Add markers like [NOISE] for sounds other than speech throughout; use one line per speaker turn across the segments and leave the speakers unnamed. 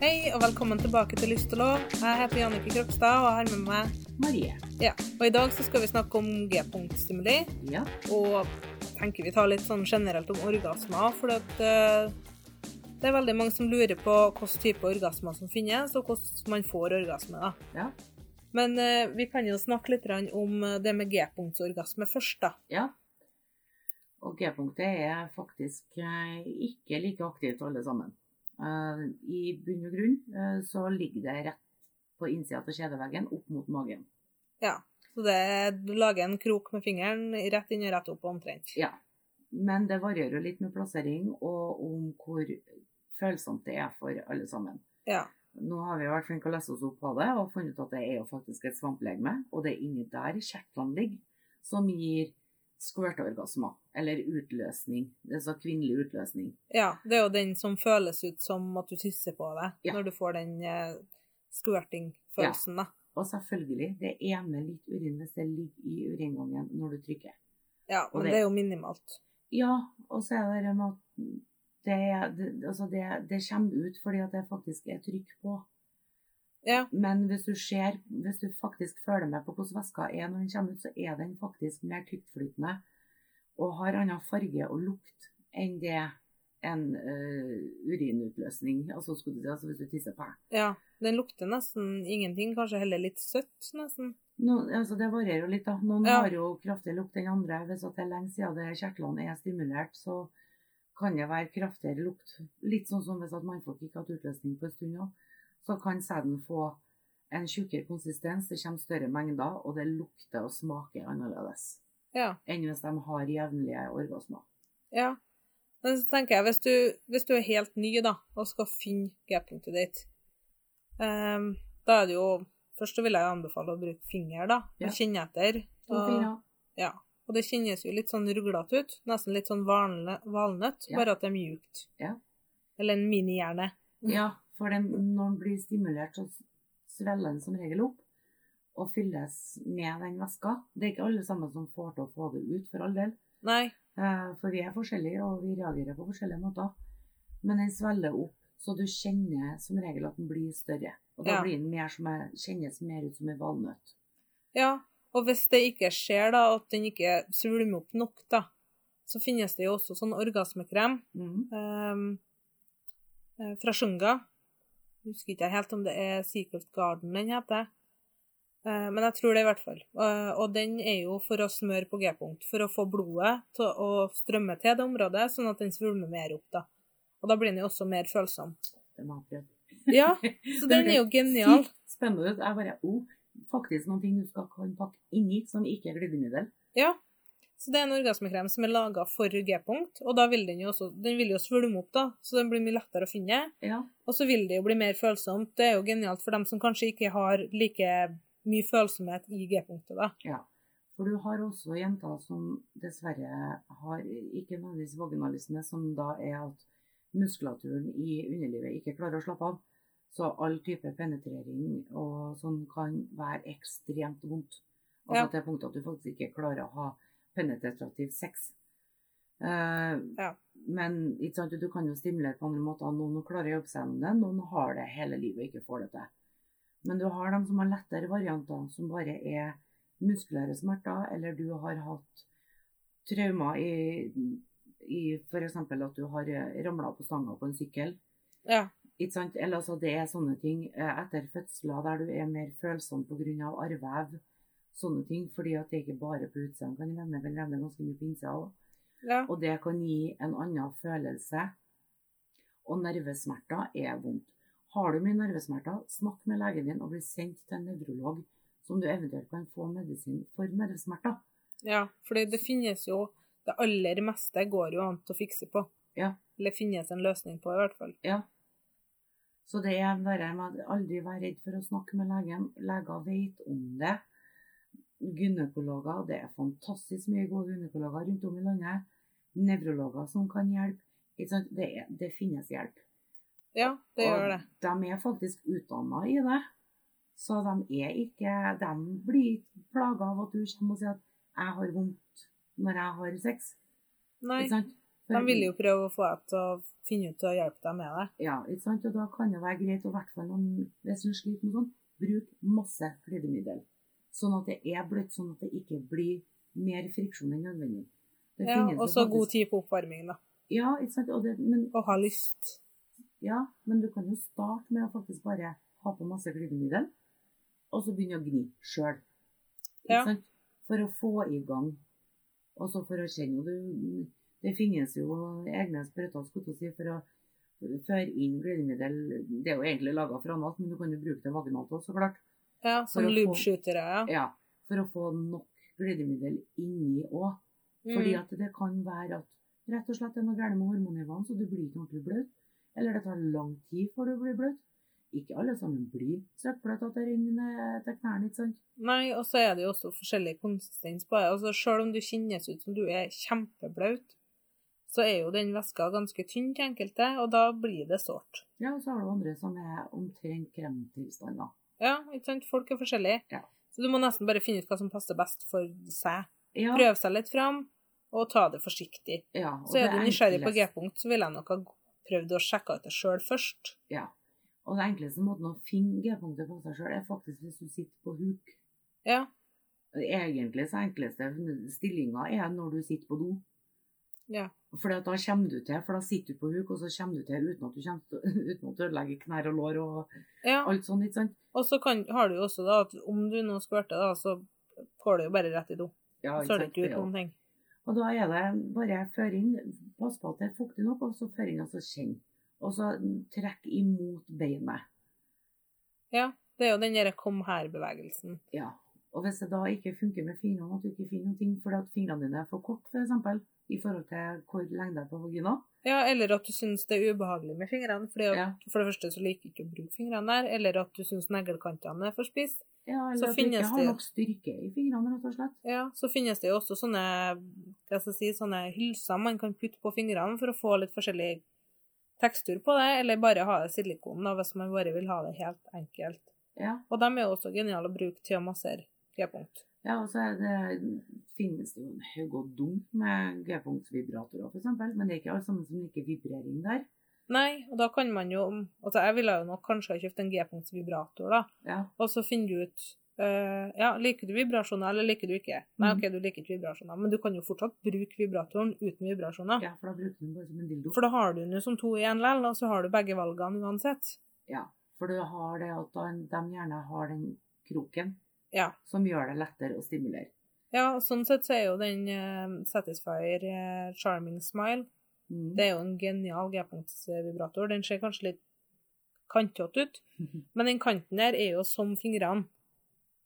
Hei og velkommen tilbake til Lyst og lov. Jeg heter Jannicke Krokstad og har med meg
Marie.
ja. Og i dag så skal vi snakke om G-punktstimuli.
Ja.
Og tenker vi tar litt sånn generelt om orgasmer, for at, eh, det er veldig mange som lurer på hvilken type orgasmer som finnes, og hvordan man får orgasme. da.
Ja.
Men eh, vi kan jo snakke litt grann om eh, det med G-punktsorgasme først, da.
ja. Og G-punktet er faktisk eh, ikke like aktivt alle sammen. Eh, I bunn og grunn eh, så ligger det rett på innsida av kjedeveggen opp mot magen.
Ja. Så det er, du lager en krok med fingeren rett inn og rett opp og omtrent.
Ja. Men det varierer jo litt med plassering og om hvor følsomt det er for alle sammen.
Ja.
Nå har vi jo vært flinke å lese oss opp på det og funnet ut at det er jo faktisk et svamplegeme. Og det er inni der kjertlene ligger, som gir skvørteorgasmer. Eller utløsning. Det er så kvinnelig utløsning.
Ja, det er jo den som føles ut som at du tisser på deg,
Ja.
når du får den eh, squirting-følelsen, da.
Og selvfølgelig, det ene litt urin hvis det ligger i uringangen når du trykker.
Ja,
Og
men
det-
det er jo minimalt.
Ja, og så er det det med at det, det, altså det, det kommer ut fordi at det faktisk er trykk på.
Ja,
Men hvis du ser, hvis du faktisk følger med på hvordan væska er når den kommer ut, så er den faktisk mer tyktflytende og har annen farge og lukt enn det en eh, urinutløsning altså, skulle du si, altså hvis du tisser på her.
ja. Den lukter nesten ingenting, kanskje heller litt søtt, nesten.
Noen, altså det varierer jo litt, da. Noen
Ja.
har jo kraftigere lukt enn andre. Hvis at det er lenge siden det kjertlene er stimulert, så kan det være kraftigere lukt. Litt sånn som hvis at mannfolk ikke har hatt utløsning på en stund nå, så kan sæden få en tjukkere konsistens, det kommer større mengder, og det lukter og smaker annerledes
Ja,
enn hvis de har jevnlige orgasmer.
ja. Men så tenker jeg, hvis du, hvis du er helt ny, da, og skal finne G-punktet ditt, ehm, da er det jo Først så vil jeg jo anbefale å bruke finger, da.
Ja.
Og kjenne etter.
To
Og-
fingre.
Ja. Og det kjennes jo litt sånn ruglete ut. Nesten litt sånn valne- valnøtt,
Ja.
bare at det er mjukt.
Ja.
Eller en minihjerne.
Ja, for den, når den blir stimulert, så svelger den som regel opp og fylles med den væska. Det er ikke alle sammen som får til å få det ut, for all del.
Nei.
Eh, For vi er forskjellige, og vi reagerer på forskjellige måter. Men den svelger opp, så du kjenner som regel at den blir større. Og da
Ja.
blir den mer som en, kjennes mer ut som en valnøtt.
Ja. Og hvis det ikke skjer, da, at den ikke svulmer opp nok, da, så finnes det jo også sånn orgasmekrem
Mhm.
ehm, eh, fra Shunga. Jeg Husker ikke helt om det er Secret Garden den heter. Eh, Men jeg tror det, i hvert fall. Eh, Og den er jo for å smøre på G-punkt, for å få blodet til å strømme til det området, sånn at den svulmer mer opp, da. Og da blir den jo også mer følsom.
Det må jeg prøve.
Ja, så den er jo genial.
Sykt Spennende ut. Jeg bare oh, Faktisk noen ting du skal kan pakke inni som ikke er glidemiddel.
Ja. Så det er en orgasmekrem som er laga for G-punkt, og da vil den jo også Den vil jo svulme opp, da, så den blir mye lettere å finne.
Ja.
Og så vil det jo bli mer følsomt. Det er jo genialt for dem som kanskje ikke har like mye følsomhet i G-punktet, da.
ja. For du har også jenter som dessverre har ikke nødvendigvis vaginalisme, som da er at muskulaturen i underlivet ikke klarer å slappe av. Så all type penetrering og sånn kan være ekstremt vondt. Altså
Ja.
til punktet at du faktisk ikke klarer å ha penetrativ sex. Eh,
Ja.
Men ikke sant, du kan jo stimulere på andre måter. Noen klarer å jobbe seg gjennom det, noen har det hele livet og ikke får det til. Men du har dem som har lettere varianter, som bare er muskulære smerter, eller du har hatt traumer i, i f.eks. at du har ramla på stanga på en sykkel.
Ja.
Ikke sant? Eller altså, det er sånne ting eh, etter fødsler der du er mer følsom pga. arrvev. Sånne ting. Fordi at det er ikke bare på utseendet kan levne, vel levne ganske mye på innsida òg.
ja.
Og det kan gi en annen følelse. Og nervesmerter er vondt. Har du mye nervesmerter, snakk med legen din og bli sendt til en nevrolog som du eventuelt kan få medisin for nervesmerter.
Ja, for det finnes jo Det aller meste går jo an til å fikse på.
Ja.
Eller finnes en løsning på, i hvert fall.
Ja. Så det er bare med at aldri være redd for å snakke med legen. Leger vet om det. Gynekologer, det er fantastisk mye gode gynekologer rundt om i landet. Nevrologer som kan hjelpe. Ikke sant? Det, er, det finnes hjelp.
Ja, det
Og
gjør det.
De er faktisk utdanna i det. Så de er ikke De blir plaga av at du kommer og sier at 'jeg har vondt når jeg har sex'.
Nei.
Ikke sant?
De vil jo prøve å få deg til å finne ut og hjelpe deg med det.
Ja, ikke sant? Og da kan det være greit, og i hvert fall om- hvis du sliter med sånn, bruk masse glidemiddel. Sånn at det er bløtt, sånn at det ikke blir mer friksjon enn nødvendig. Det
Ja,
finnes jo
og så god
faktisk-
tid på oppvarming, da.
Ja, ikke sant? Og det, men,
Og ha lyst.
ja, men du kan jo starte med å faktisk bare ha på masse glidemiddel, og så begynne å gni sjøl.
Ja.
For å få i gang, og så for å kjenne. Og det, det finnes jo egne sprøyter skulle jeg til å si, for å føre inn glidemiddel. Det er jo egentlig laga for annet, men du kan jo bruke det vaginalt òg, så klart.
Ja,
For
som
å få-
lubeskytere, ja.
Ja, for å få nok glidemiddel inni òg.
Mm.
Fordi at det kan være at rett og slett det er noe galt med hormonnivåene, så du blir ikke ordentlig bløt. Eller det tar lang tid før du blir bløt. Ikke alle sammen blir søkkbløte at det renner ned til knærne, ikke sant?
Nei, og så er det jo også forskjellig konsistens på det. Altså, selv om du kjennes ut som du er kjempeblaut, så er jo den væska ganske tynn til enkelte, og da blir det sårt.
Ja, og så har du andre som er omtrent kremtilstander.
Ja, ikke sant? Folk er forskjellige.
Ja.
Så du må nesten bare finne ut hva som passer best for seg.
Ja,
Prøve seg litt fram, og ta det forsiktig.
ja, og
Så er du
det
nysgjerrig på
enkleste-
G-punkt, så ville jeg nok ha prøvd å sjekke ut det sjøl først.
Ja. Og den enkleste måten å finne G-punktet på seg sjøl, er faktisk hvis du sitter på huk.
Ja.
Egentlig så enkleste stillinga er når du sitter på do.
Ja.
For da kommer du til, for da sitter du på huk, og så kommer du til uten at du, kommer, til- [LAUGHS] uten at du ødelegger knær og lår og
ja.
alt sånt, ikke sant?
Og så kan, har du jo også da at om du nå skvørter, da, så går det jo bare rett i do.
Ja,
Så er det
sant?
ikke
Det
ut
er jo-
noen ting.
Og da er det bare før inn, pass på at det er fuktig nok, og så før inn og så kjenn. Og så trekk imot beinet.
Ja, det er jo den der kom her-bevegelsen.
Ja. Og hvis det da ikke funker med fingrene, at du ikke finner noen ting fordi at fingrene dine er for korte, f.eks., for i forhold til hvor lenge det er på vagina,
Ja, eller at du syns det er ubehagelig med fingrene. Fordi at,
Ja.
For det første så liker du ikke å bruke fingrene der, eller at du syns neglekantene er for spisse.
ja, eller
Så
at du ikke
finnes
har
det jo-
nok styrke i fingrene, rett og slett.
Ja, så finnes det jo også sånne, hva skal jeg si, sånne hylser man kan putte på fingrene for å få litt forskjellig tekstur på det, eller bare ha det silikon da, hvis man bare vil ha det helt enkelt.
Ja.
Og de er jo også geniale å bruke til å massere G-punkt.
Ja, og så er det, finnes det jo en haug og dump med G-punktsvibratorer, f.eks., men det er ikke alle sammen som liker vibrering der.
Nei, og da kan man jo Altså, jeg ville jo nok kanskje ha kjøpt en G-punktsvibrator, da.
Ja,
Og så finner du ut eh, Ja, liker du vibrasjoner, eller liker du ikke? Nei,
Mhm.
OK, du liker ikke vibrasjoner, men du kan jo fortsatt bruke vibratoren uten vibrasjoner.
ja for da bruker du den bare som en dildo.
For da har du den jo som to i én lell, og så har du begge valgene uansett.
Ja, for du har det at da- de gjerne har den kroken
Ja.
som gjør det lettere å stimulere.
Ja, og sånn sett så er jo den eh, Satisfyer eh, Charming Smile
Mm.
Det er jo en genial G-punktsvibrator. Den ser kanskje litt kantete ut,
[LAUGHS]
men den kanten der er jo som fingrene.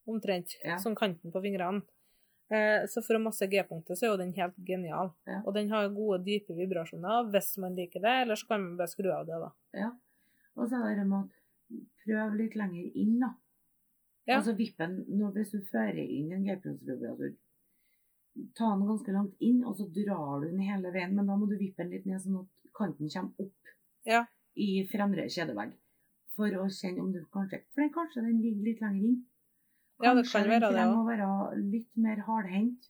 Omtrent.
Ja.
Som kanten på fingrene. Eh, så for å masse G-punkter så er jo den helt genial.
Ja.
Og den har gode, dype vibrasjoner hvis man liker det, eller så kan man bare skru av det, da.
Ja. Og så er det det med å prøve litt lenger inn, da.
Ja.
Altså vippen, når, hvis du fører inn en altså, G-punktsvibrator, ta den ganske langt inn, og så drar du den hele veien, men da må du vippe den litt ned, sånn at kanten kommer opp
Ja.
i fremre kjedevegg. For å kjenne om du kanskje For den, kanskje den ligger litt lenger inn.
Ja, det kan være det
den trenger å være litt mer hardhendt.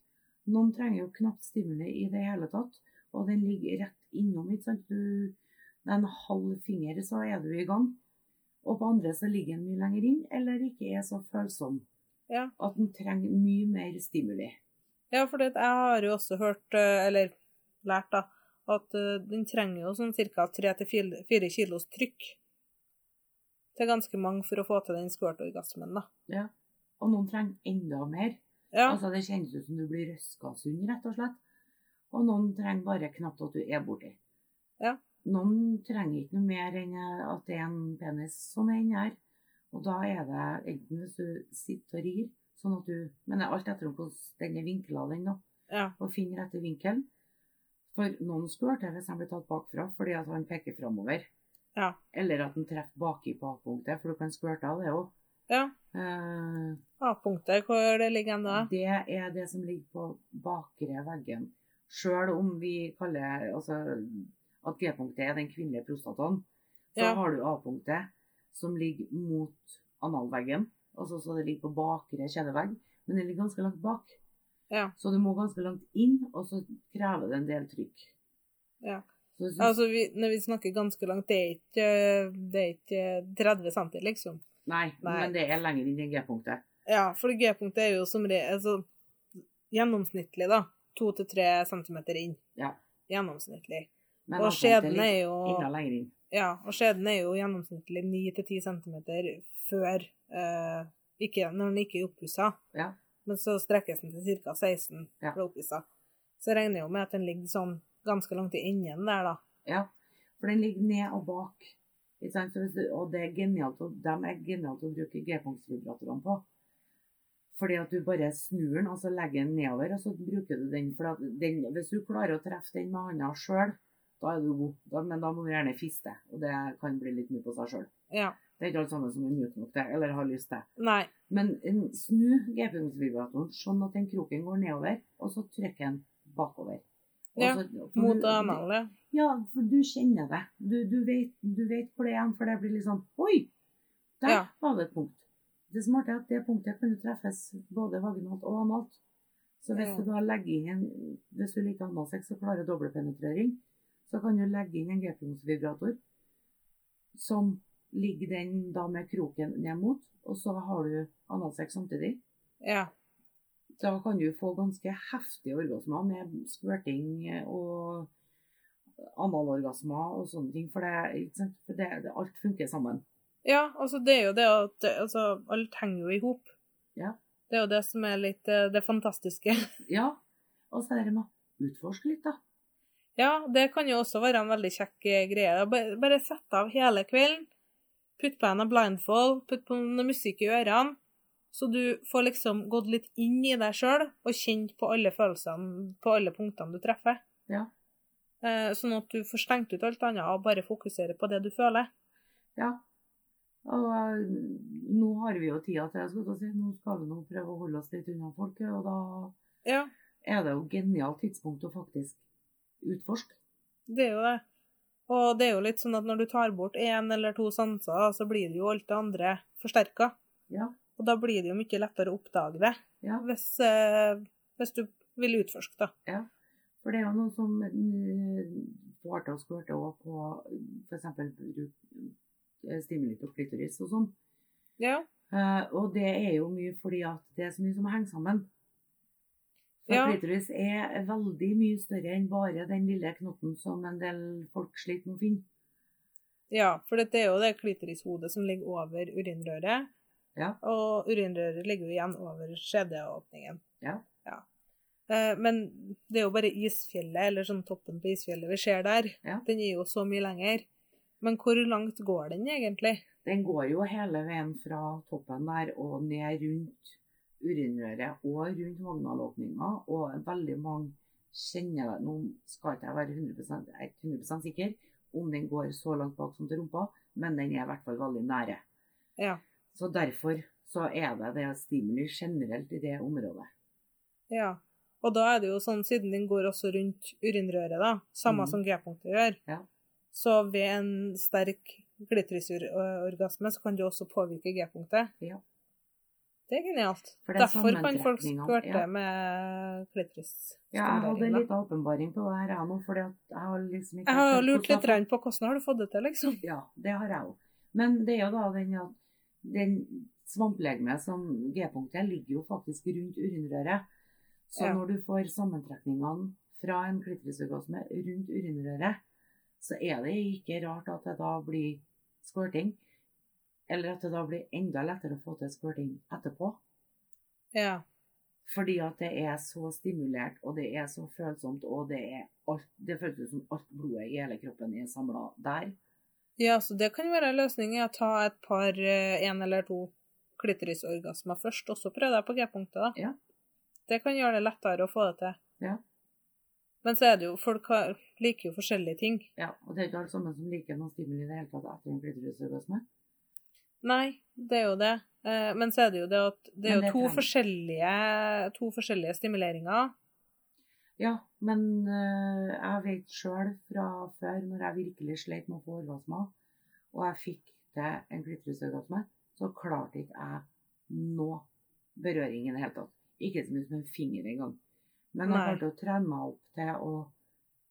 Noen trenger jo knapt stimuli i det hele tatt. Og den ligger rett innom, ikke sant. Du, det er en halv finger, så er du i gang. Og på andre så ligger den mye lenger inn, eller ikke er så følsom.
Ja.
At den trenger mye mer stimuli.
Ja, for jeg har jo også hørt, eh, eller lært, da, at eh, den trenger jo sånn ca. 3-4 kilos trykk. Det er ganske mange for å få til den skvørtorgasmen, da.
Og noen trenger enda mer.
Ja,
Altså Det kjennes ut som du blir røska sund, rett og slett. Og noen trenger bare knapt at du er borti.
Ja.
Noen trenger ikke noe mer enn eh, at det er en penis som er inni her. Og da er det enten hvis du sitter og rir, sånn at du Men det er alt etter om hvordan den er vinkla, den, da.
ja,
Og finner rette vinkelen. For noen skulle til hvis han blir tatt bakfra fordi at han peker framover.
Ja.
Eller at han treffer baki på A-punktet, for du kan skvørte av det òg.
ja.
Eh,
A-punktet, hvor det ligger ennå?
det er det som ligger på bakre veggen. Sjøl om vi kaller altså, at G-punktet er den kvinnelige prostataen, så
Ja.
har du A-punktet som ligger mot analveggen. Altså så det ligger på bakre kjedevegg, men det ligger ganske langt bak.
Ja.
Så du må ganske langt inn, og så krever det en del trykk.
Ja.
Så jeg synes-
Altså, vi, når vi snakker ganske langt, det er ikke, det er ikke 30 cm, liksom.
nei,
nei.
men det er lenger inn i G-punktet.
Ja, for G-punktet er jo som re, altså, gjennomsnittlig, da. 2-3 cm inn.
Ja.
Gjennomsnittlig.
Men
Og
altså, det
skjeden
ligger
er jo
enda lenger inn.
ja, og skjeden er jo gjennomsnittlig 9-10 cm før eh, ikke, Når den ikke er oppussa.
Ja.
Men så strekkes den til ca. 16
Ja.
for oppussa. Så jeg regner jo med at den ligger sånn ganske langt i enden der, da.
Ja, for den ligger ned og bak. Ikke sant? Så hvis du, og det er genialt, å- dem er genialt å bruke G-punktsvibratorene på. Fordi at du bare snur den, og så legger den nedover, og så bruker du den. For at den, hvis du klarer å treffe den med handa sjøl, da er du god. Da, men da må du gjerne fiste, og det kan bli litt mye på seg sjøl.
Ja.
Det er ikke alle sammen som er myke nok til, eller har lyst til.
Nei.
Men en- snu G-punktsvibratoren sånn at den kroken går nedover, og så trykker den bakover. Og
Ja,
så- for
Mot eh,
du-
analet.
ja, for du kjenner det. Du, du, vet, du vet hvor det er, for det blir litt sånn Oi! Der
Ja.
var det et punkt. Det smarte er at det punktet kan jo treffes både vaginalt og analt. Så hvis
Ja.
du da legger inn en, hvis du liker analsex og klarer dobbeltpenetrering, så kan du legge inn en G-punktsvibrator som ligger den da med kroken ned mot, og så har du analsex samtidig.
Ja.
Da kan du få ganske heftige orgasmer med squirting og analorgasmer og sånne ting. For, det, ikke sant? for det, det, alt funker sammen.
Ja, altså det er jo det at altså, alt henger jo i hop.
Ja.
Det er jo det som er litt eh, det fantastiske. [LAUGHS]
Ja. Og så er det med å utforske litt, da.
Ja, det kan jo også være en veldig kjekk eh, greie. Da Bare, bare sette av hele kvelden, putt på en blindfold, putt på noe musikk i ørene, så du får liksom gått litt inn i deg sjøl og kjent på alle følelsene på alle punktene du treffer.
Ja.
Eh, Sånn at du får stengt ut alt annet og bare fokuserer på det du føler.
Ja. Og eh, nå har vi jo tida til det, skal jeg si. Nå skal vi nå prøve å holde oss litt unna folk, og da
Ja,
er det jo genialt tidspunkt å faktisk utforske.
Det er jo det. Og det er jo litt sånn at når du tar bort én eller to sanser, så blir det jo alt det andre forsterka.
Ja.
Og da blir det jo mye lettere å oppdage det,
Ja.
hvis, eh, hvis du vil utforske, da.
For det er jo noen som mm, på Arta og Skvørte òg på f.eks. eh, stimuli på klitoris og sånn.
Ja.
Eh, og det er jo mye fordi at det er så mye som henger sammen. For
Ja.
klitoris er veldig mye større enn bare den lille knotten som en del folk sliter med å finne.
ja for dette er jo det klitorishodet som ligger over urinrøret.
Ja.
Og urinrøret ligger jo igjen over skjedeåpningen.
Ja.
Eh, Men det er jo bare isfjellet, eller sånn toppen på isfjellet vi ser der.
Ja.
Den er jo så mye lenger. Men hvor langt går den egentlig?
Den går jo hele veien fra toppen der og ned rundt urinrøret og rundt vagnalåpninga, og veldig mange kjenner det. Nå skal ikke jeg være 100, jeg er ikke 100 sikker om den går så langt bak som til rumpa, men den er i hvert fall veldig nære.
Ja.
Så derfor så er det det stimuli generelt i det området.
Ja. Og da er det jo sånn, siden den går også rundt urinrøret, da, samme
Mhm.
som G-punktet gjør,
Ja.
så ved en sterk klitorisorgasme så kan det jo også påvirke G-punktet.
Ja.
Det er genialt.
For det er
Derfor kan folk
sammentrekninga,
skvørte
ja.
med
Ja, jeg hadde en
klitorisstimulering. da.
liten åpenbaring på det her jeg nå, fordi at jeg har liksom ikke
Jeg har jo
tenkt
lurt
hvordan jeg
litt grann på hvordan har du fått det til, liksom.
Ja, det har jeg òg. Men det er jo da den at den svamplegemet som G-punktet ligger jo faktisk rundt urinrøret. Så
Ja.
når du får sammentrekningene fra en klitorisorgasme rundt urinrøret, så er det ikke rart at det da blir squirting. Eller at det da blir enda lettere å få til squirting etterpå.
Ja.
Fordi at det er så stimulert, og det er så følsomt, og det er alt Det føles ut som alt blodet i hele kroppen er samla der.
ja, så det kan være løsningen å ta et par, eh, en eller to klitorisorgasmer først, og så prøve deg på G-punktet, da.
Ja.
Det kan gjøre det lettere å få det til.
Ja.
Men så er det jo, folk har, liker jo forskjellige ting.
Ja, og det er ikke alle sammen som liker noen stimuli i det hele tatt etter en klitorisorgasme.
Nei, det er jo det. Eh, Men så er det jo det at det
Men
er
det
jo to
trenger-
forskjellige, to forskjellige stimuleringer.
Ja, men øh, jeg vet sjøl fra før, når jeg virkelig sleit med å få orgasme, og jeg fikk til en klitorisorgasme, så klarte ikke jeg noe berøring i det hele tatt. Ikke så mye som en finger engang. Men jeg
Nei.
klarte å trene meg opp til å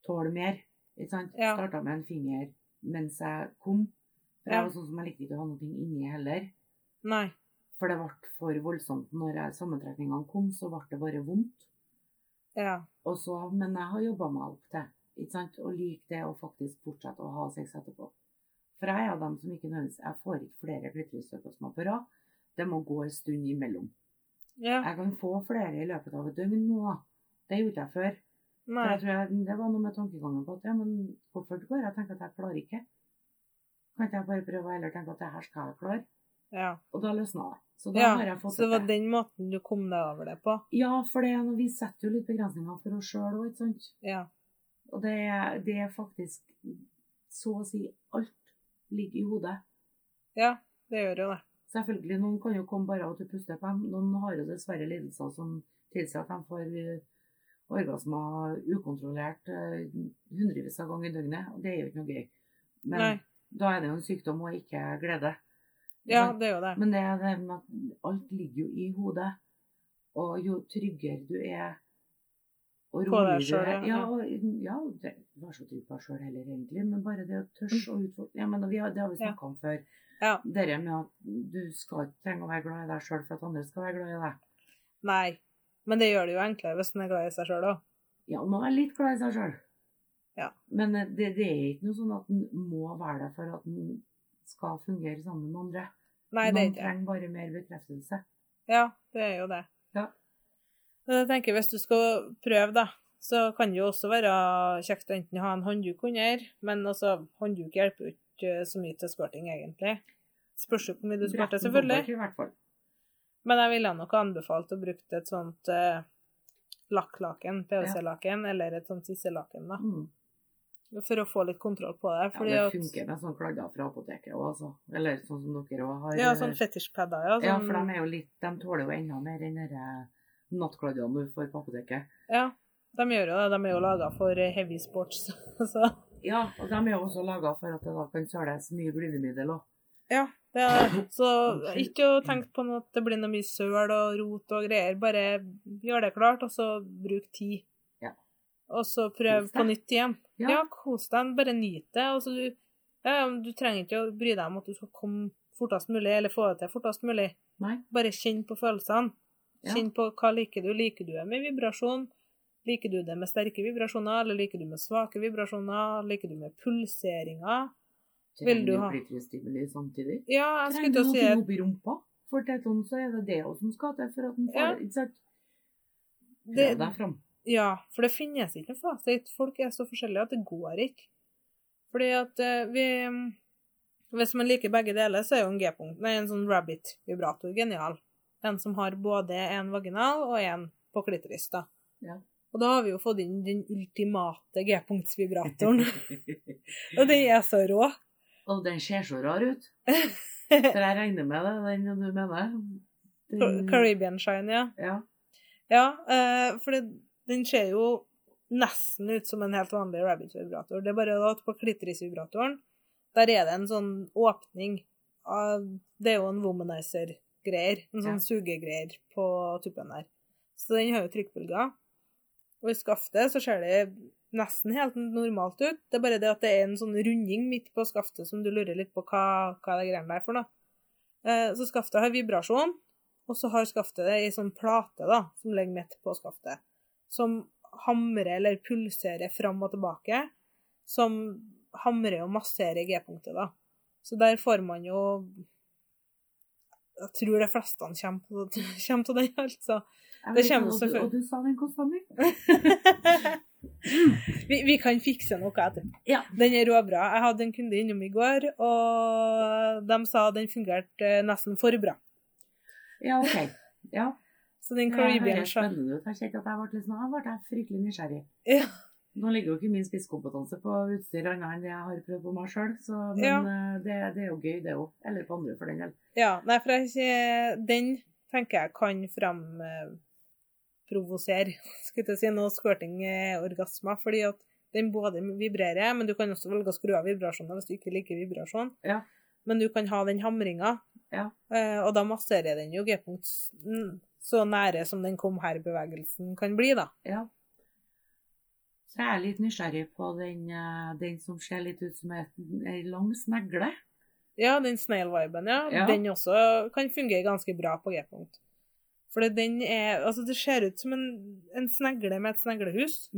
tåle mer. Ikke sant?
Ja.
Starta med en finger mens jeg kom. For
Ja.
jeg var sånn som jeg likte ikke å ha noe inni heller.
Nei.
For det ble for voldsomt. Når jeg- sammentrekningene kom, så ble det bare vondt.
Ja.
Og så, men jeg har jobba meg opp til ikke sant? og liker det å faktisk fortsette å ha sex etterpå. For jeg er av dem som ikke nødvendigvis Jeg får ikke flere klitorisøkosmer på rad. Det må gå en stund imellom.
Ja.
Jeg kan få flere i løpet av et døgn nå. da. Det gjorde jeg før. For
Nei.
jeg tror jeg, det var noe med tankegangen på at ja, men hvorfor går jeg og tenker at jeg klarer ikke? Kan ikke jeg bare prøve å heller tenke at det her skal jeg klare?
Ja.
Og da løsna det. Så da
ja.
har jeg fått
Så det var
til.
den måten du kom deg over det på?
Ja, for det, er noe- vi setter jo litt begrensninger for oss sjøl òg, ikke sant?
Ja.
Og det, er- det er faktisk så å si alt ligger i hodet.
Ja, det gjør jo det.
Selvfølgelig, noen kan jo komme bare av og til puste på dem. Noen har jo dessverre lidelser som tilsier at de får eh, orgasmer ukontrollert eh, hundrevis av ganger i døgnet. Og det er jo ikke noe gøy. Men
Nei.
da er det jo en sykdom og ikke glede.
Ja, det er jo det.
Men det er det med at alt ligger jo i hodet. Og jo tryggere du er, og
På deg
roligere du
selv,
er
ja.
Ja, og, ja det, vær så trygg på deg sjøl heller, egentlig. Men bare det å tørre å utfordre ja, men vi har, Det har
Mm.
vi
Ja.
snakka om før.
Ja.
Dette med at du skal ikke trenge å være glad i deg sjøl for at andre skal være glad i deg.
Nei. Men det gjør det jo enklere hvis man er glad i seg sjøl òg.
Ja, man må være litt glad i seg sjøl.
Ja.
Men eh, det, det er ikke noe sånn at en må være det for at en skal fungere sammen med andre.
Nei, det er
Man
ikke det.
trenger bare mer bekreftelse.
Ja, det er jo det.
Ja.
Men jeg tenker hvis du skal prøve, da, så kan det jo også være kjekt å enten ha en håndduk under, men altså, håndduk hjelper jo ikke eh, så mye til squirting, egentlig. Spørs jo hvor mye du squirter,
Retten
selvfølgelig.
kommer I hvert fall.
Men jeg ville nok ha anbefalt å bruke et sånt eh, lakklaken, PVC-laken, eller et sånt tisselaken, da.
Mm.
For å få litt kontroll på det. Fordi
ja,
ja,
det funker med sånne kladder fra apoteket òg, altså. Eller sånn som dere òg har. eh,
At, ja, sånn fetisjpadder, ja. Sånn,
Ja, for de er jo litt De tåler jo enda mer enn de nattkladdene du får på apoteket.
Ja, de gjør jo det. De er jo laga for eh, heavy sports. [LAUGHS] Så
Ja, og de er jo også laga for at det da kan søles mye glidemiddel òg.
ja, det er, så
Unnskyld.
ikke å tenke på noe at det blir noe mye søl og rot og greier. Bare gjør det klart, og så bruk tid.
Ja.
Og så prøv
Kos deg.
på nytt igjen.
Ja.
Ja, kos deg. Bare nyt det. Og så du, ja, ja, men du trenger ikke å bry deg om at du skal komme fortest mulig, eller få det til fortest mulig.
Nei?
Bare kjenn på følelsene.
Ja.
Kjenn på hva liker du. Liker du det med vibrasjon? Liker du det med sterke vibrasjoner, eller liker du med svake vibrasjoner? Liker du med pulseringer? Vil du ha-
Klitorisstimuli samtidig?
Ja, jeg skulle til å si
Trenger du
at
noe opp i rumpa? For til sånn så er det det også som skal til for at en får
Ja.
det. Ikke sant? Prøv
det,
deg fram.
Ja, for det finnes ikke noen fasit. Folk er så forskjellige at det går ikke. Fordi at eh, vi Hvis man liker begge deler, så er jo en G-punkt Nei, en sånn rabbit-vibrator genial. En som har både en vaginal og en på klitoris, da.
Ja.
Og da har vi jo fått inn den ultimate G-punktsvibratoren.
[LAUGHS]
Og den er så rå.
Og den ser så rar
[LAUGHS]
ut. For jeg regner med det, den du mener. Den-
Caribbean Shine, ja.
Ja.
Ja, eh, for det, den ser jo nesten ut som en helt vanlig rabbit-vibrator. Det er bare at på klitoris-vibratoren, der er det en sånn åpning av Det er jo en womanizer-greier. En
Ja.
sånn sugegreier på tuppen der. Så den har jo trykkbølger. Og i skaftet så ser det nesten helt normalt ut. Det er bare det at det er en sånn runding midt på skaftet som du lurer litt på hva, hva er det greiene der for noe. Eh, Så skaftet har vibrasjon, og så har skaftet det i sånn plate da, som ligger midt på skaftet, som hamrer eller pulserer fram og tilbake, som hamrer og masserer G-punktet da. Så der får man jo Jeg tror de fleste kommer på- [LAUGHS] kommer til den, altså.
Jeg
Det
vet
kommer
ikke, og
selvfølgelig.
du- Og du sa den kosta mye.
vi, vi kan fikse noe etterpå.
Ja.
Den er råbra. Jeg hadde en kunde innom i går, og de sa den fungerte eh, nesten for bra.
Ja, OK. Ja.
Så den
Det er
Caribbean
veldig
Shine
spennende ut. Jeg kjente at jeg ble litt sånn, jeg ble fryktelig nysgjerrig.
Ja.
Nå ligger jo ikke min spisskompetanse på utstyr annet enn det jeg har prøvd på meg sjøl, men
Ja.
eh, det, det er jo gøy, det òg. Eller på andre, for den del.
Ja, nei, for jeg, ikke- den tenker jeg kan fram eh, provosere, [LAUGHS] skulle jeg til å si, noe squirting-orgasmer, fordi at den både vibrerer, men du kan også velge å skru av vibrasjoner hvis du ikke liker vibrasjon.
Ja.
Men du kan ha den hamringa,
Ja.
eh, og da masserer den jo mm, G-punkt s- n- så nære som den kom her-bevegelsen kan bli, da.
Ja. Så Så jeg er litt nysgjerrig på den, eh, den som ser litt ut som et- ei lang snegle.
Ja, den snail-viben, ja.
Ja.
Den også kan fungere ganske bra på G-punkt. For det- den er Altså, det ser ut som en, en snegle med et sneglehus,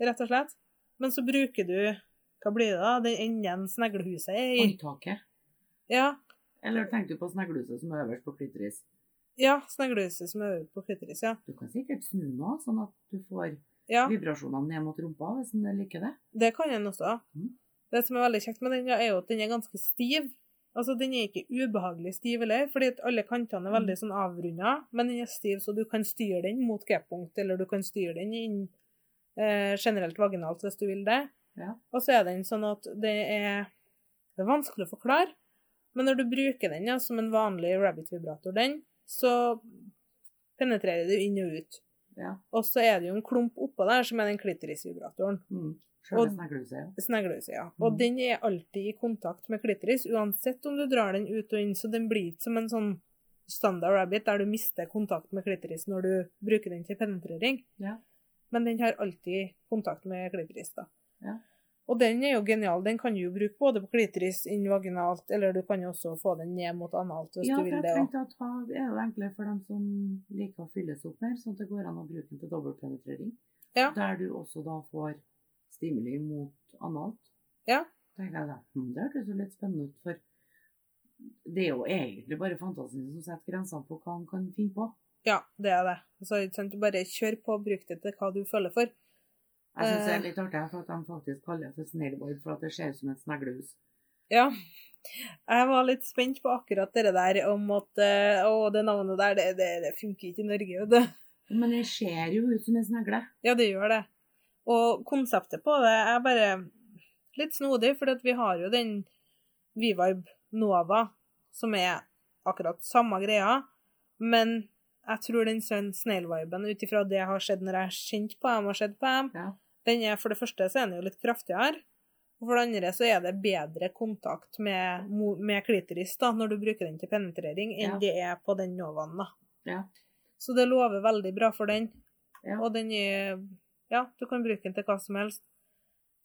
rett og slett. Men så bruker du Hva blir det, da? Den enden sneglehuset er i.
Håndtaket.
Ja.
Eller tenker du på sneglehuset som er øverst på klitoris?
Ja, sneglehuset som er på klitoris, ja.
Du kan sikkert snu nå, sånn at du får
ja.
vibrasjonene ned mot rumpa, hvis du liker det.
Det kan den også.
Mm.
Det som er veldig kjekt med den, ja, er jo at den er ganske stiv. Altså, den er ikke ubehagelig stiv heller, fordi at alle kantene er veldig
Mm.
sånn avrunda, men den er stiv, så du kan styre den mot G-punkt, eller du kan styre den inn eh, generelt vaginalt hvis du vil det.
Ja.
Og så er den sånn at det er, det er vanskelig å forklare, men når du bruker den ja, som en vanlig rabbit-vibrator, den, så penetrerer du inn og ut.
Ja.
Og så er det jo en klump oppå der som er den klitoris-vibratoren
Mm. Selve
Og-
sneglehuset, ja.
sneglehuse, ja. Og
Mm.
den er alltid i kontakt med klitoris, uansett om du drar den ut og inn, så den blir ikke som en sånn standard rabbit der du mister kontakt med klitoris når du bruker den til penetrering.
Ja.
Men den har alltid kontakt med klitoris, da.
Ja.
Og den er jo genial. Den kan du jo bruke både på klitoris, inn vaginalt, eller du kan jo også få den ned mot analt hvis
ja,
du
for
vil
jeg
det òg.
tenkte at ha, det er jo enklere for dem som liker å fylles opp mer, sånn at det går an å bruke den til dobbeltpenetrering.
Ja.
Der du også da får stimuli mot analt.
Ja.
Tenker jeg da, hm, Det hørtes jo litt spennende ut, for det er jo egentlig bare fantasien som setter grensene på hva han kan finne på.
Ja, det er det. Så ikke sant, bare kjør på, bruk det til hva du føler for.
Jeg syns det
Eh.
er litt artig for at de faktisk kaller det for snailboard, for at det ser ut som et sneglehus.
Ja. Jeg var litt spent på akkurat det der om at eh, Å, det navnet der, det, det, det funker ikke i Norge. vet du. [LAUGHS]
Men det ser jo ut som en snegle.
Ja, det gjør det. Og konseptet på det er bare litt snodig, for vi har jo den Vivarb Nova, som er akkurat samme greia, men jeg tror den sånn snail-viben, ut ifra det jeg har sett når jeg har kjent på dem og sett på dem,
Ja.
den er for det første så er den jo litt kraftigere, og for det andre så er det bedre kontakt med, mo- med klitoris da, når du bruker den til penetrering, enn
Ja.
det er på den Novaen da.
Ja.
Så det lover veldig bra for den,
Ja.
og den er Ja, du kan bruke den til hva som helst.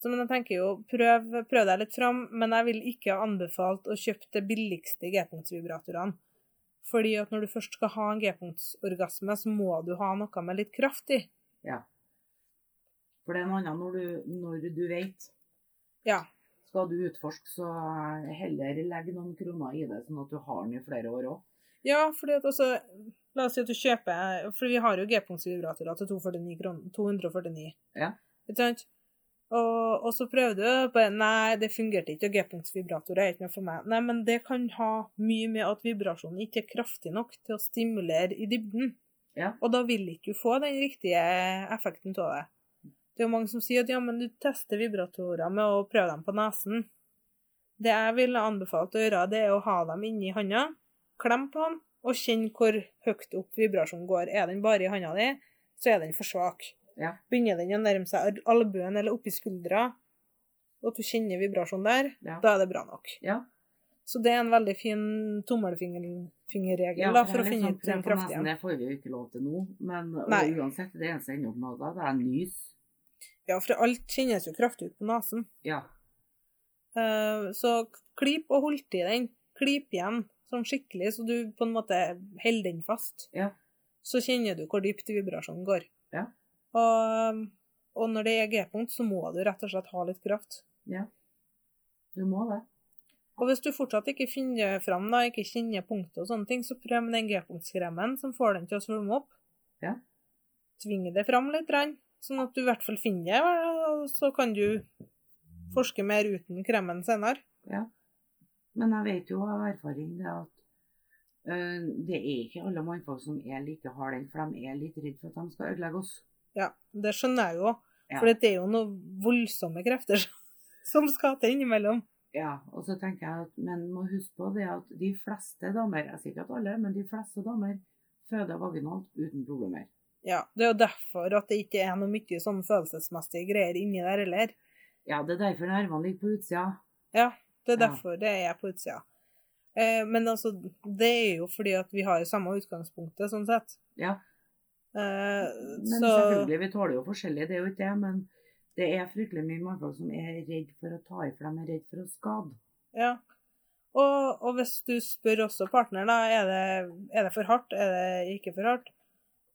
Så men jeg tenker jo, prøv, prøv deg litt fram, men jeg vil ikke ha anbefalt å kjøpe de billigste G-punktsvibratorene. Fordi at når du først skal ha en G-punktsorgasme, så må du ha noe med litt kraft i.
For det er noe annet når du, når du vet.
Ja.
Skal du utforske, så heller legg noen kroner i det, sånn at du har den i flere år òg.
Ja, fordi at også La oss si at du kjøper eh, For vi har jo G-punktsvibratorer til 249 kroner, 249.
Ja.
Ikke sant? Og, og så prøvde du bare Nei, det fungerte ikke, og G-punktsvibratorer er ikke noe for meg. Nei, men det kan ha mye med at vibrasjonen ikke er kraftig nok til å stimulere i dybden.
Ja.
Og da vil ikke du få den riktige effekten av det. Det er jo mange som sier at ja, men du tester vibratorer med å prøve dem på nesen. Det jeg ville anbefalt å gjøre, det er å ha dem inni handa, klem på den, og kjenn hvor høyt opp vibrasjonen går. Er den bare i handa di, så er den for svak.
Ja.
Begynner den å nærme seg al- albuen eller oppi skuldra, og at du kjenner vibrasjonen der,
Ja.
da er det bra nok.
Ja.
Så det er en veldig fin tommelfingerregel
Ja,
da,
for
for å
jeg er
finne
litt
ut
sånn
den
prøv på nesen,
kraftige.
Det får vi jo ikke lov til nå, men og
Nei.
uansett, det eneste jeg ender opp med da, det er nys.
Ja, for alt kjennes jo kraftig ut på nesen.
Ja.
Eh, Så klip og holdt i den. Klip igjen, sånn skikkelig, så du på en måte holder den fast.
Ja.
Så kjenner du hvor dypt vibrasjonen går.
Ja.
Og, og når det er G-punkt, så må du rett og slett ha litt kraft.
Du må det.
Og hvis du fortsatt ikke finner fram, da, ikke kjenner punktet og sånne ting, så prøv med den G-punktskremmen som får den til å svulme opp.
Ja.
Tving det fram litt, grann, sånn at du i hvert fall finner det, og så kan du forske mer uten kremmen senere.
Men jeg vet jo av erfaring det at øh, det er ikke alle mannfolk som er like harde, for de er litt redd for at de skal ødelegge oss.
Ja, det skjønner jeg jo.
Ja.
For det er jo noen voldsomme krefter som- som skal til innimellom.
Ja, og så tenker jeg at men må huske på det at de fleste damer, jeg sier ikke at alle, men de fleste damer føder vaginalt uten problemer.
Ja, Det er jo derfor at det ikke er noe mye sånn følelsesmessige greier inni der heller.
Ja, det er derfor nervene ligger på utsida.
Det er
Ja.
derfor det er på utsida. Eh, men altså, det er jo fordi at vi har samme utgangspunktet, sånn sett.
Ja,
Eh,
men
så
selvfølgelig, vi tåler jo forskjellig, det er jo ikke det, men Det er fryktelig mye mannfolk som er redd for å ta i, for de er redd for å skade.
Ja. Og, og hvis du spør også partner, da, er det, er det for hardt, er det ikke for hardt?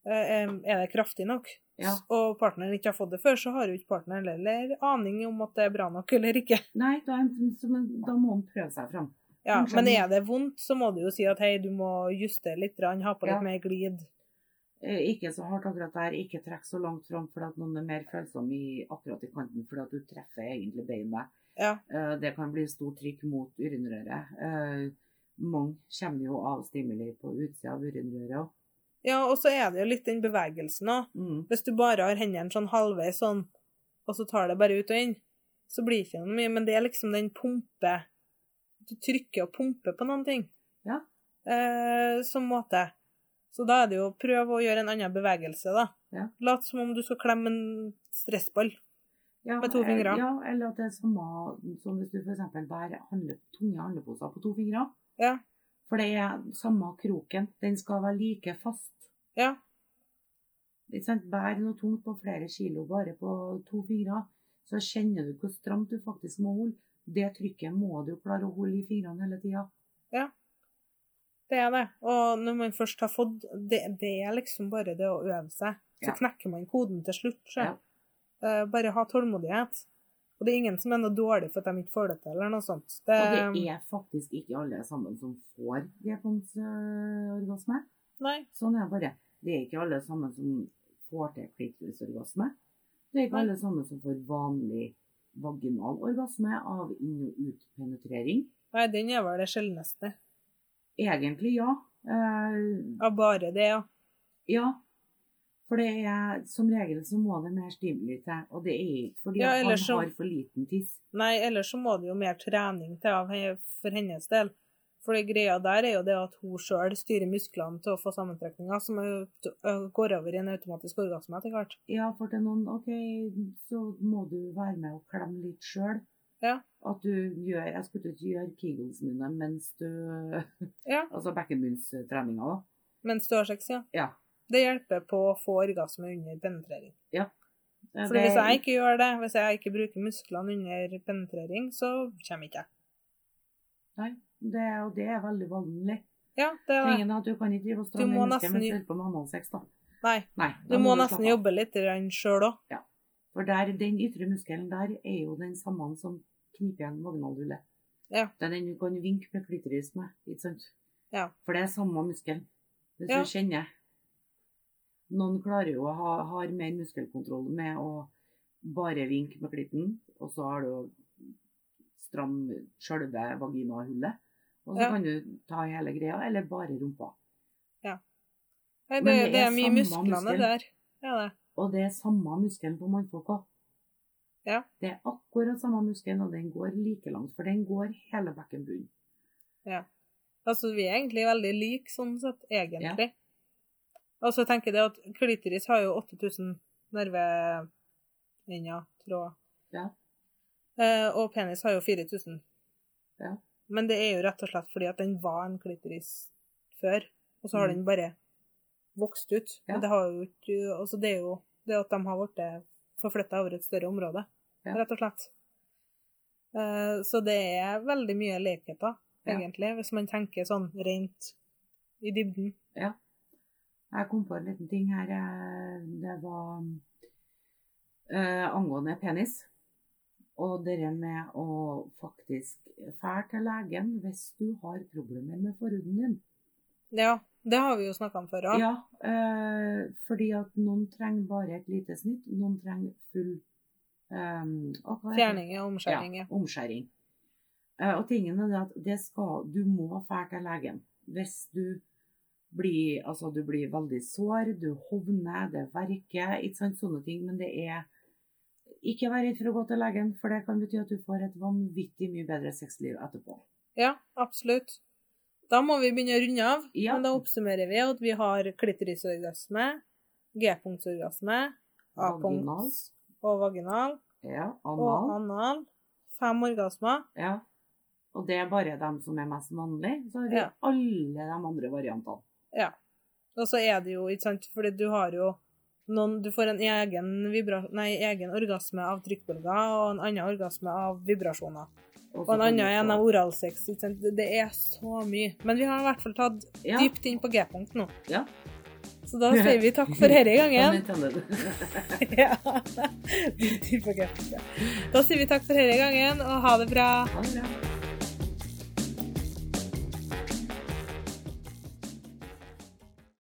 Eh, em, Er det kraftig nok?
Ja.
S- Og partneren ikke har fått det før, så har jo ikke partneren heller aning om at det er bra nok eller ikke.
Nei, da, er en- så- men da må han prøve seg fram.
Ja,
Kanskje
Men
han-
er det vondt, så må du jo si at hei, du må justere litt, grann, ha på litt
Ja.
mer glid.
Eh, Ikke så hardt akkurat der, ikke trekk så langt fram fordi at noen er mer følsomme i, akkurat i kanten fordi at du treffer egentlig beinet.
Ja.
Eh, Det kan bli stort trykk mot urinrøret. Eh, Mange kommer jo av stimuli på utsida av urinrøret òg.
Ja, og så er det jo litt den bevegelsen òg.
Mm.
Hvis du bare har hendene sånn halvveis sånn, og så tar det bare ut og inn, så blir det ikke noe mye. Men det er liksom den pumpe Du trykker og pumper på noen ting.
Ja.
Eh, som måte. Så da er det jo prøv å gjøre en annen bevegelse, da.
Ja.
Lat som om du skal klemme en stressball.
Ja,
Med to
eh,
fingre.
Ja, eller at det er samme som hvis du f.eks. bærer handle, tunge handleposer på to fingre.
Ja.
For det er samme kroken. Den skal være like fast.
Ja.
Ikke sant? Bær noe tungt på flere kilo bare på to fingre. Så kjenner du hvor stramt du faktisk må holde. Det trykket må du klare å holde i fingrene hele tida.
Det er det. Og når man først har fått Det, det er liksom bare det å øve seg. Så
Ja.
knekker man koden til slutt. Så.
Ja.
Eh, bare ha tålmodighet. Og det er ingen som er noe dårlig for at de ikke får det til, eller noe sånt. Det,
Og det er faktisk ikke alle sammen som får G-punktsorgasme.
Nei.
Sånn er det bare. Det er ikke alle sammen som får til klitorisorgasme. Det er ikke
Nei.
alle sammen som får vanlig vaginal orgasme av inn- og utpenetrering.
Nei, den er vel det sjeldneste.
Egentlig ja. Eh,
Ja, bare det, ja.
ja. For det er, som regel så må det mer stimuli til. Og det er ikke fordi
Ja,
at han
ellers så-
har for liten tiss.
Nei, ellers så må det jo mer trening til av he- for hennes del. For det greia der er jo det at hun sjøl styrer musklene til å få sammentrekninger, som ø- t- ø- går over i en automatisk orgasme etter hvert.
Ja, for til noen OK, så må du være med og klemme litt sjøl.
Ja.
At du gjør Jeg skulle ikke gjøre kegels mine mens du [LAUGHS]
Ja.
Altså bekkenbunnstreninga, da.
Mens du har sex, ja.
Ja.
Det hjelper på å få orgasme under penetrering. For
Det-
hvis jeg ikke gjør det, hvis jeg ikke bruker musklene under penetrering, så kommer ikke jeg.
det, og det er veldig vanlig.
Ja, det er det.
Tingen er at du kan ikke drive og
Du
stramme
må
mennesket
nesten
mens du
jo-
holder på med analsex, da.
Nei.
Nei,
Du
da
må
slappe
nesten
av.
jobbe litt sjøl òg.
For der, den ytre muskelen der er jo den samme som kniper igjen vagnalhullet.
Ja.
Det er den du kan vinke med klitoris med, ikke sant?
Ja.
For det er samme muskel. Hvis
Ja.
du kjenner Noen klarer jo å ha har mer muskelkontroll med å bare vinke med klitten, og så har du å stramme sjølve vaginahullet. Og så
Ja.
kan du ta hele greia, eller bare rumpa.
Nei, det,
Men det
det
er
er mye
samme
musklene
muskel.
der. Ja, det.
Og det er samme muskelen på mannfolk òg.
Ja.
Det er akkurat samme muskelen, og den går like langt, for den går hele bekkenbunnen.
Altså, vi er egentlig veldig like, sånn sett, egentlig. Og så tenker jeg det at klitoris har jo 8000 nervelinjer, tråder.
Ja.
Eh, og penis har jo 4000.
Ja.
Men det er jo rett og slett fordi at den var en klitoris før, og så har
Mm.
den bare vokst ut.
Ja.
Men det har jo ikke Altså, det er jo det at de har blitt forflytta over et større område,
Ja.
rett og slett. Eh, så det er veldig mye likheter,
Ja.
egentlig, hvis man tenker sånn rent i dybden.
Jeg kom på en liten ting her. eh, Det var eh, angående penis. Og det med å faktisk fære til legen hvis du har problemer med forhuden din.
Ja, det har vi jo snakka om før òg.
Ja, eh, fordi at noen trenger bare et lite snitt. Noen trenger full eh, hva heter det?
Fjerning og omskjæring.
Ja,
Ja.
omskjæring. Eh, og tingen er det at det skal, du må fære til legen. Hvis du blir, altså, du blir veldig sår, du hovner, det verker, ikke sant, sånne ting. Men det er Ikke vær redd for å gå til legen, for det kan bety at du får et vanvittig mye bedre sexliv etterpå.
ja, absolutt. Da må vi begynne å runde av.
Ja.
Men da oppsummerer vi at vi har klitorisorgasme, G-punktsorgasme,
Vaginal.
A-punkts og vaginal,
Ja,
og
anal.
anal. Fem orgasmer.
Ja. Og det er bare dem som er mest vanlige. Så har vi
Ja.
alle de andre variantene.
Ja. Og så er det jo, ikke sant, fordi du har jo Noen, du får en egen, vibra nei, egen orgasme av trykkbølger, og en annen orgasme av vibrasjoner. Og en annen er en av oralsex. Ikke sant? Det- Det er så mye. Men vi har i hvert fall tatt
Ja.
dypt inn på G-punkt nå.
Ja.
Så da sier vi takk for denne
Ja,
gangen.
Nintendo.
[LAUGHS] Ja. Dypt inn på G-punktet. Da sier vi takk for denne gangen, og ha det bra.
Ha det bra.